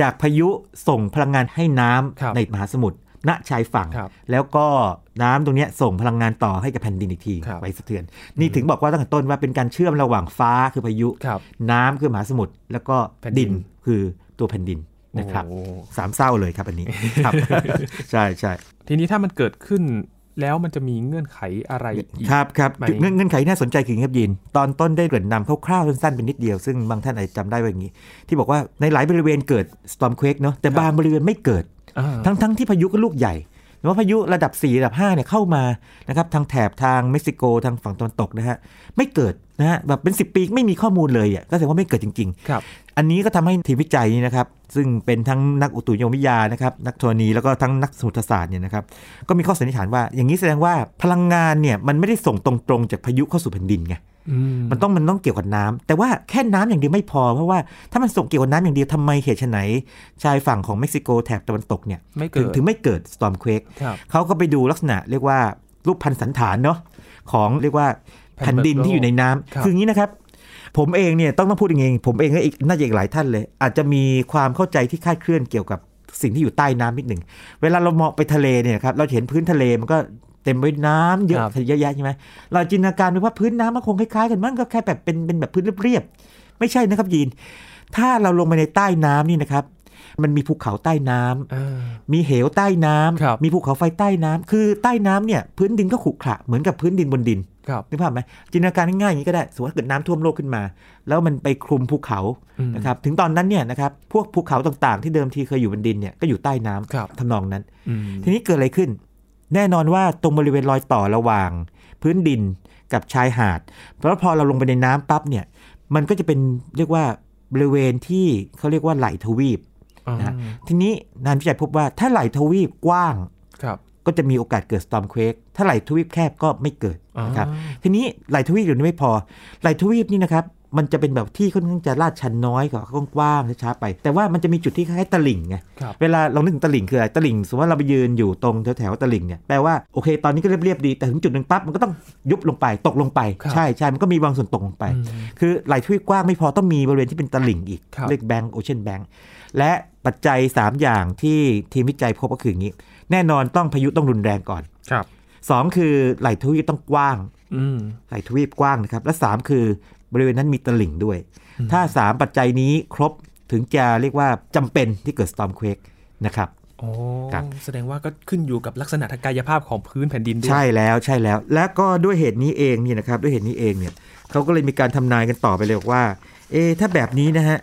S2: จากพายุส่งพลังงานให้น้ำ
S1: ครับ
S2: ในมหาสมุทร ณชายฝั่ง
S1: ครับ
S2: แล้วก็น้ำตรงเนี้ยส่งพลังงานต่อให้กับแผ่นดินอีกที
S1: ครับ
S2: ไปสะเทือน นี่ถึงบอกว่าตั้งแต่ต้นว่าเป็นการเชื่อมระหว่างฟ้าคือพายุ
S1: ครับ
S2: น้ำคือมหาสมุทรแล้วก็
S1: แผ่นดิ
S2: ดิ
S1: น
S2: นคือตัวแผ่นดินนะครับ
S1: โอ้โห
S2: สามเศร้าเลยครับอัน นี้ ครับ ใช่ใช่
S1: ทีนี้ถ้ามันเกิดขึ้นแล้วมันจะมีเงื่อนไขอะไรอีก
S2: ครับครับ
S1: ไหม
S2: เงื่อนเงื่อนไขที่น่าสนใจคืออย่างนี้ครับยิน ตอนต้นได้เกริ่นนำคร่าวๆสั้นๆเป็นนิดเดียว ซึ่งบางท่านอาจจะจำได้ว่าอย่างนี้ ที่บอกว่าในหลายบริเวณเกิด storm quake เนาะแต่บางบริเวณไม่เกิด
S1: อ่า
S2: ทั้งทั้งที่พายุก็ลูกใหญ่แต่ว่าพายุระดับ 4 ระดับ5เนี่ยเข้ามานะครับทางแถบทางเม็กซิโกทางฝั่งตะวันตกนะฮะไม่เกิดนะฮะแบบเป็น 10 ปีไม่มีข้อมูลเลยอ่ะก็แสดงว่าไม่เกิดจริง ๆ
S1: ครับ
S2: อันนี้ก็ทำให้ทีมวิจัยนี้นะครับ ซึ่งเป็นทั้งนักอุตุนิยมวิทยานะครับนักธรณีแล้วก็ทั้งนักสมุทรศาสตร์เนี่ยนะครับก็มีข้อสันนิษฐานว่าอย่างนี้แสดงว่าพลังงานเนี่ยมันไม่ได้ส่งตรงๆจากพายุเข้าสู่แผ่นดินไง
S1: อืม
S2: มันต้องมันต้องเกี่ยวกับน้ำแต่ว่าแค่น้ำอย่างเดียวไม่พอ เพราะว่าถ้ามันส่งเกี่ยวกับน้ำอย่างเดียวทำไมเหตุไฉนชายฝั่งของเม็กซิโกแถบตะวันตกเนี่ย
S1: ไม่เกิ
S2: ถึ
S1: ด
S2: งถึงไม่เกิดสตอมเควก
S1: ครับ
S2: เขาก็ไปดูลักษณะเรียกว่ารูปพันธสันฐานเนาะของเรียกว่าแผ่นดินที่อยู่ในน้ำ
S1: ครับ
S2: คืออย่างนี้นะครับ ผมเองเนี่ยต้องต้องพูดอย่างเองผมเองและอีกน่าจะอีกหลายท่านเลย อาจจะมีความเข้าใจที่คลาดเคลื่อนเกี่ยวกับสิ่งที่อยู่ใต้น้ำนิดหนึ่ง เวลาเรามองไปทะเลเนี่ยครับเราจะเห็นพื้นทะเลมันก็เต็มไปด้วยน้ำเยอะ
S1: ครับ
S2: เยอะแยะใช่ไหมเราจินตนาการไปว่าพื้นน้ำมันคงคล้ายๆกันมั้งก็แค่แบบเป็นเป็นแบบพื้นเรียบๆไม่ใช่นะครับยีน ถ้าเราลงไปในใต้น้ำนี่นะครับ มันมีภูเขาใต้น้ำ
S1: อ่า
S2: มีเหวใต้น้ำ
S1: ครับ
S2: มีภูเขาไฟใต้น้ำคือใต้น้ำเนี่ยพื้นดินก็ขรุขระเหมือนกับพื้นดินบนดิน
S1: ครับ
S2: นึกภาพไหมจินตนาการง่ายๆอย่างนี้ก็ได้สมมติว่าเกิดน้ำท่วมโลกขึ้นมา แล้วมันไปคลุมภูเขา
S1: อืม
S2: นะครับถึงตอนนั้นเนี่ยนะครับพวกภูเขาต่างๆ ที่เดิมทีเคยอยู่บนดินเนี่ยก็อยู่ใต้น้ำ
S1: ครับ
S2: ทำนองนั้น
S1: อืม
S2: ทีนี้เกิดอะไรขึ้น แน่นอนว่าตรงบริเวณรอยต่อระหว่าง พื้นดินกับชายหาด เพราะพอเราลงไปในน้ำปั๊บเนี่ยมันก็จะเป็นเรียกว่าบริเวณที่เขาเรียกว่าไหลทวีป
S1: อ่า
S2: นะ ทีนี้งานวิจัยพบว่าถ้าไหลทวีปกว้าง
S1: ครับ
S2: ก็จะมีโอกาสเกิดสตอมเควกถ้าไหลทวีปแคบก็ไม่เกิด
S1: อ่า
S2: นะครับ ทีนี้ไหลทวีปเดี๋ยวนี้ไม่พอไหลทวีปนี่นะครับ มันจะเป็นแบบที่ค่อนข้างจะลาดชันน้อยกว่ากว้างๆช้าๆไป แต่ว่ามันจะมีจุดที่คล้ายๆตลิ่งไง
S1: ครับ
S2: เวลาเรานึกถึงตลิ่งคืออะไรตลิ่งสมมติว่าเราไปยืนอยู่ตรงแถวๆตลิ่งเนี่ยแปลว่าโอเค ตอนนี้ก็เรียบๆดีแต่ถึงจุดหนึ่งปั๊บมันก็ต้องยุบลงไปตกลงไป ใช่ใช่มันก็มีบางส่วนตกลงไป
S1: อืม
S2: คือไหลทวีปกว้างไม่พอต้องมีบริเวณที่เป็นตลิ่งอีก
S1: ครับ
S2: เรียกแบงก์โอเชียนแบงก์และปัจจัย 3 อย่างที่ทีมวิจัยพบก็คืออย่างนี้ แน่นอนต้องพายุต้องรุนแรงก่อน
S1: ครับ
S2: 2 คือไหลทวีปต้องกว้าง
S1: อืม
S2: ไหลทวีปกว้างนะครับ และ 3 คือบริเวณนั้นมีตลิ่งด้วย ถ้า 3 ปัจจัยนี้ครบถึงจะเรียกว่าจำเป็นที่เกิด storm quake นะครับ
S1: โอ้
S2: ครับ
S1: แสดงว่าก็ขึ้นอยู่กับลักษณะทางกายภาพของพื้นแผ่นดินด้วย
S2: ใช่แล้วใช่แล้ว และก็ด้วยเหตุนี้เองเนี่ยนะครับด้วยเหตุนี้เองเนี่ยเขาก็เลยมีการทำนายกันต่อไปเลยบอกว่าเอะถ้าแบบนี้นะฮะ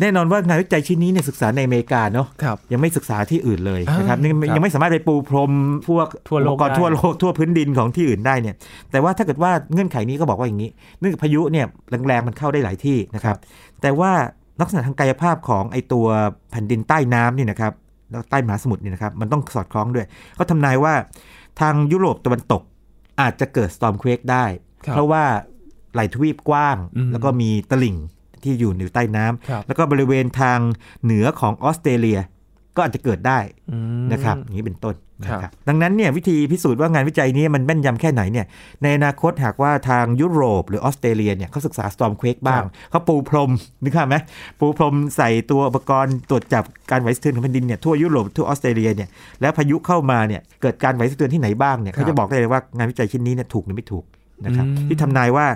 S2: แน่นอนว่างานวิจัยชิ้นนี้เนี่ยศึกษาในอเมริกาเนาะ
S1: ครับ
S2: ยังไม่ศึกษาที่อื่นเลยนะครับ
S1: อ่ายั
S2: ยังไม่
S1: ครับ
S2: ยังไม่สามารถไปปูพรมพวก
S1: ทั่วโลก
S2: อุปกรณ์
S1: ได้
S2: ทั่วโลกทั่วพื้นดินของที่อื่นได้เนี่ยแต่ว่าถ้าเกิดว่าเงื่อนไขนี้ก็บอกว่าอย่างนี้ เนื่องจากพายุเนี่ยแรงๆมันเข้าได้หลายที่นะครับ แต่ว่าลักษณะทางกายภาพของไอตัวแผ่นดินใต้น้ำเนี่ยนะครับแล้วใต้มหาสมุทรเนี่ยนะครับมันต้องสอดคล้องด้วยเขาทำนายว่าทางยุโรปตะวันตกอาจจะเกิดสตอมเควกได้
S1: ครับ
S2: เพราะว่าไหลทวีปกว้าง
S1: อืม
S2: แล้วก็มีตลิ่งที่อยู่ในใต้น้ำ
S1: ครับ
S2: แล้วก็บริเวณทางเหนือของออสเตรเลียก็อาจจะเกิดได้
S1: อืม
S2: นะครับอย่างนี้เป็นต้นนะ
S1: ค
S2: ค
S1: รั
S2: รับบ ดังนั้นเนี่ยวิธีพิสูจน์ว่างานวิจัยนี้มันแม่นยำแค่ไหนเนี่ยในอนาคตหากว่าทางยุโรปหรือออสเตรเลียเนี่ยเขาศึกษาสตอมเควกบ้าง เขาปูพรมนึกภาพไหมปูพรมใส่ตัวอุปกรณ์ตรวจจับการไหวสะเทือนของแผ่นดินเนี่ยทั่วยุโรปทั่วออสเตรเลียเนี่ยแล้วพายุเข้ามาเนี่ยเกิดการไหวสะเทือนที่ไหนบ้างเนี่ยเขาจะบอกได้เลยว่างานวิจัยชิ้นนี้เนี่ยถูกหรือไม่ถูกนะครับ
S1: อืม
S2: ที่ทำนายว่า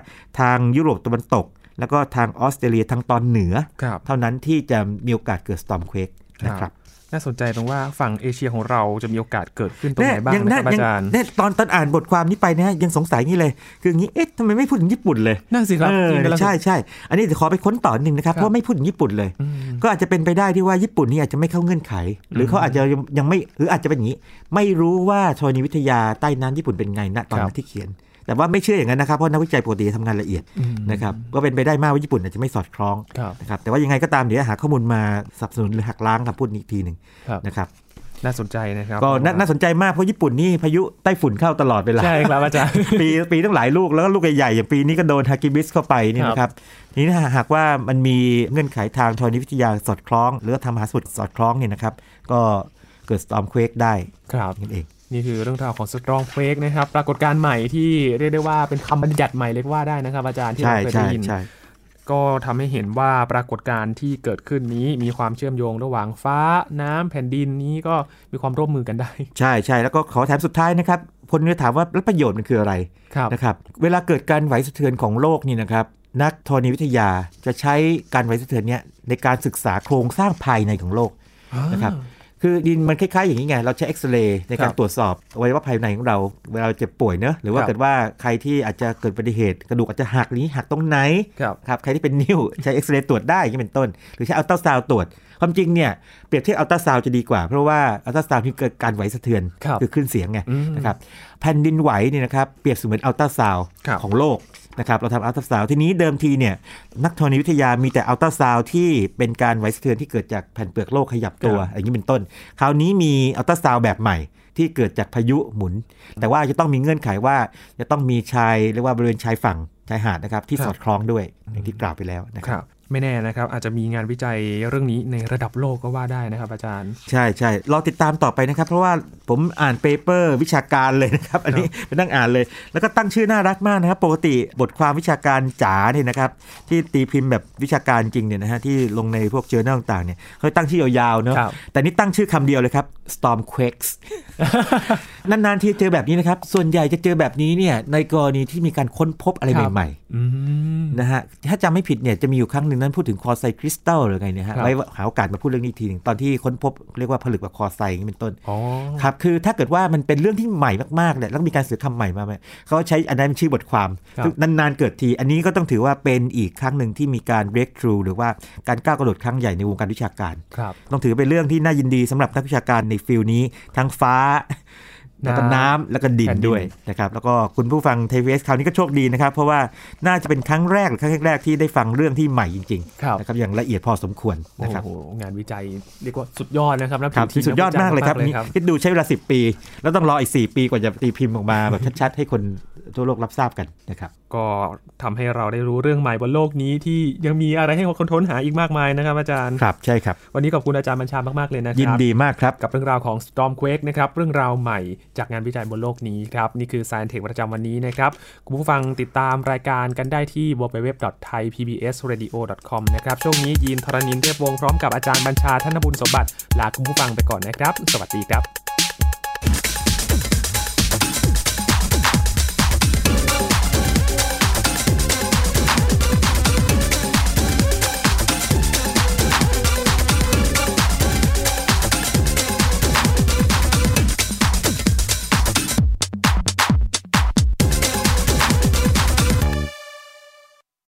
S2: ทางยุโรปตะวันตก แล้วก็ทางออสเตรเลียทางตอนเหนือ
S1: ครับ
S2: เท่านั้นที่จะมีโอกาสเกิด storm quake นะค
S1: ครั
S2: รับบ
S1: น่าสนใจตรงว่าฝั่งเอเชียของเราจะมีโอกาสเกิดขึ้นตรงไหนบ้าง
S2: เยยั
S1: นะครับอาจารย์
S2: เนี่ยตอนตอนอ่านบทความนี้ไปนะยังสงสัยนี่เลย คืออย่างนี้เอ๊ะทำไมไม่พูดถึงญี่ปุ่นเลย
S1: นั่นสิครับ
S2: เออ
S1: จริงๆแล้ว
S2: ใช่ใช่อันนี้เดี๋ยวขอไปค้นต่อนิดนึงนะครับ
S1: ครับ
S2: เพราะไม่พูดถึงญี่ปุ่นเลย
S1: อืม
S2: ก็อาจจะเป็นไปได้ที่ว่าญี่ปุ่นนี่อาจจะไม่เข้าเงื่อนไข หรือเขาอาจจะยังยังไม่หรืออาจจะเป็นอย่างนี้ ไม่รู้ว่าธรณีวิทยาใต้น้ำญี่ปุ่นเป็นไงณตอน
S1: ครั
S2: นั้
S1: บ
S2: นที่เขียน แต่ว่าไม่เชื่ออย่างนั้นนะครับเพราะนักวิจัยปกติทำงานละเอียดนะครับก็เป็นไปได้มากว่าญี่ปุ่นอาจจะไม่สอดคล้อง
S1: ครับ
S2: นะครับแต่ว่ายังไงก็ตามเดี๋ยวหาข้อมูลมาสนับสนุนหรือหักล้างคำพูดนี้อีกทีหนึ่ง
S1: ครับ
S2: นะครับ
S1: น่าสนใจนะครับ
S2: ก็น่าน่าสนใจมากเพราะญี่ปุ่นนี่พายุไต้ฝุ่นเข้าตลอดเวลา
S1: ใช่ ครับอาจารย์
S2: ปีปีตั้งหลายลูกแล้วก็ลูกใหญ่ๆอย่างปีนี้ก็โดนฮากิบิสเข้าไปนี่
S1: ครับ
S2: นะครับทีนี้หากว่ามันมีเงื่อนไขทางธรณีวิทยาสอดคล้อง หรือว่าทางมหาสมุทรสอดคล้องเนี่ยนะครับ ก็เกิดสตอมเควกได้
S1: ครับ
S2: นั่นเอง
S1: นี่คือเรื่องราวของสตรองเฟกนะครับ ปรากฏการณ์ใหม่ที่เรียกได้ว่าเป็นคำบัญญัติใหม่เลยก็ว่าได้นะครับอาจารย์ที่
S2: ใช่
S1: เราเคย
S2: ใช่
S1: ได้ยิน
S2: ใช่
S1: ก็ทำให้เห็นว่าปรากฏการณ์ที่เกิดขึ้นนี้มีความเชื่อมโยงระหว่างฟ้าน้ำแผ่นดินนี้ก็มีความร่วมมือกันได้
S2: ใช่ใช่แล้วก็ขอแถมสุดท้ายนะครับคนเนี่ยถามว่าแล้วประโยชน์มันคืออะไร
S1: ครับ
S2: นะครับเวลาเกิดการไหวสะเทือนของโลกนี่นะครับนักธรณีวิทยาจะใช้การไหวสะเทือนเนี่ยในการศึกษาโครงสร้างภายในของโลก นะครับ คือดินมันคล้ายๆอย่างนี้ไง เราใช้เอ็กซเรย์ในกา
S1: ค
S2: ร
S1: รับ
S2: ตรวจสอบอวัยวะภายในของเรา เวลาเราเจ็บป่วยเนอะหรือว่า
S1: ครับ
S2: เกิดว่าใครที่อาจจะเกิดอุบัติเหตุ กระดูกอาจจะหักหรือหักตรงไหน
S1: ครับ
S2: ครับใครที่เป็น นิ้ว ใช้เอ็กซเรย์ตรวจได้อยางนี้เป็นต้น หรือใช้อัลตราซาวด์ตรวจ ความจริงเนี่ย เปรียบเทียบอัลตราซาวด์จะดีกว่า เพราะว่าอัลตราซาวด์ที่เกิดการไหวสะเทือน
S1: ครับ
S2: อคลื่นเสียงไง
S1: อืม
S2: นะครับแผ่นดินไหวเนี่ยนะครับเปรียบเสมือนอัลตราซาวด์
S1: ครับ
S2: ของโลกนะครับเราทำอัลตราซาวด์ทีนี้เดิมทีเนี่ยนักธรณีวิทยามีแต่อัลตราซาวด์ที่เป็นการไหวสะเทือนที่เกิดจากแผ่นเปลือกโลกขยับตัวอย่างนี้เป็นต้น คราวนี้มีอัลตราซาวด์แบบใหม่ ที่เกิดจากพายุหมุน แต่ว่าจะต้องมีเงื่อนไขว่าจะต้องมีชายเรียกว่าบริเวณชายฝั่งชายหาดนะครับที่
S1: ครับ
S2: สอดคล้องด้วยอย่างที่กล่าวไปแล้วนะค
S1: ครับรับ ไม่แน่นะครับ อาจจะมีงานวิจัยเรื่องนี้ในระดับโลกก็ว่าได้นะครับ อาจารย์
S2: ใช่ใช่รอติดตามต่อไปนะครับ เพราะว่าผมอ่านเปเปอร์วิชาการเลยนะครับ อันนี้ไปนั่งอ่านเลย แล้วก็ตั้งชื่อน่ารักมากนะครับ ปกติบทความวิชาการจ๋าเนี่ยนะครับ ที่ตีพิมพ์แบบวิชาการจริงเนี่ยนะฮะที่ลงในพวกเจอแนลต่างๆเนี่ยเขาตั้งชื่อยาวๆเนอะ
S1: ครับ
S2: แต่นี่ตั้งชื่อคำเดียวเลยครับ storm quakes นานๆที่เจอแบบนี้นะครับ ส่วนใหญ่จะเจอแบบนี้เนี่ยในกรณีที่มีการค้นพบอะไรใหม่ๆ
S1: อืม
S2: นะฮะถ้าจำไม่ผิดเนี่ยจะมีอยู่ครั้งหนึ่งนั้นพูดถึงคอไซคริสตัลหรือไงเนี่ย
S1: ค
S2: ฮะ
S1: รับ
S2: ไว้หาโอกาสมาพูดเรื่องนี้อีกทีหนึ่งตอนที่ค้นพบเรียกว่าผลึกแบบคอไซอย่างนี้เป็นต้น
S1: อ๋อ
S2: ครับคือถ้าเกิดว่ามันเป็นเรื่องที่ใหม่มากๆเนี่ยแล้วมีการสื่อคำใหม่มาไหมเขาใช้อันนั้นเป็นชื่อบทความ
S1: ครับ
S2: ซึ่งนานๆเกิดที อันนี้ก็ต้องถือว่าเป็นอีกครั้งหนึ่งที่มีการ breakthrough หรือว่าการก้าวกระโดดครั้งใหญ่ในวงการวิชาการ
S1: ครับ
S2: ต้องถือเป็นเรื่องที่น่ายินดีสำหรับนักวิชาการในฟิลนี้ ทั้งฟ้า แล้วก็น้ำแล้วก็ดิน
S1: แผ่นดิน
S2: ด้วยนะครับแล้วก็คุณผู้ฟังไทยเวสคราวนี้ก็โชคดีนะครับ เพราะว่าน่าจะเป็นครั้งแรกหรือครั้งแรกๆที่ได้ฟังเรื่องที่ใหม่จริง
S1: ครับ
S2: ๆนะครับอย่างละเอียดพอสมควรนะครับ
S1: โอ้โหงานวิจัยเรียกว่าสุดยอดนะครับนับ
S2: ครับ
S1: ถื
S2: สุดยอดมากเลยครับ
S1: นั
S2: นี่คิดดูใช้เวลา 10 ปี แล้วต้องรออีก 4 ปีกว่าจะตีพิมพ์ออกมาแบบชัดๆ ให้คนทั่วโลกรับทราบกันนะครับ
S1: ก็ทำให้เราได้รู้เรื่องใหม่บนโลกนี้ที่ยังมีอะไรให้คนค้นหาอีกมากมายนะครับ อาจารย์
S2: ครับใช่ครับ
S1: วันนี้ขอบคุณอาจารย์บัญชามากๆเลยนะครับ
S2: ยินดีมากครับ
S1: กับเรื่องราวของ Stormquake นะครับ เรื่องราวใหม่จากงานวิจัยบนโลกนี้ครับ นี่คือ Science Tech ประจำวันนี้นะครับ คุณผู้ฟังติดตามรายการกันได้ที่ www.thaipbsradio.com นะครับ ช่วงนี้ยีนทรณินเรียบวงศ์พร้อมกับอาจารย์บัญชาธนบุญสมบัติ ลาคุณผู้ฟังไปก่อนนะครับ สวัสดีครับ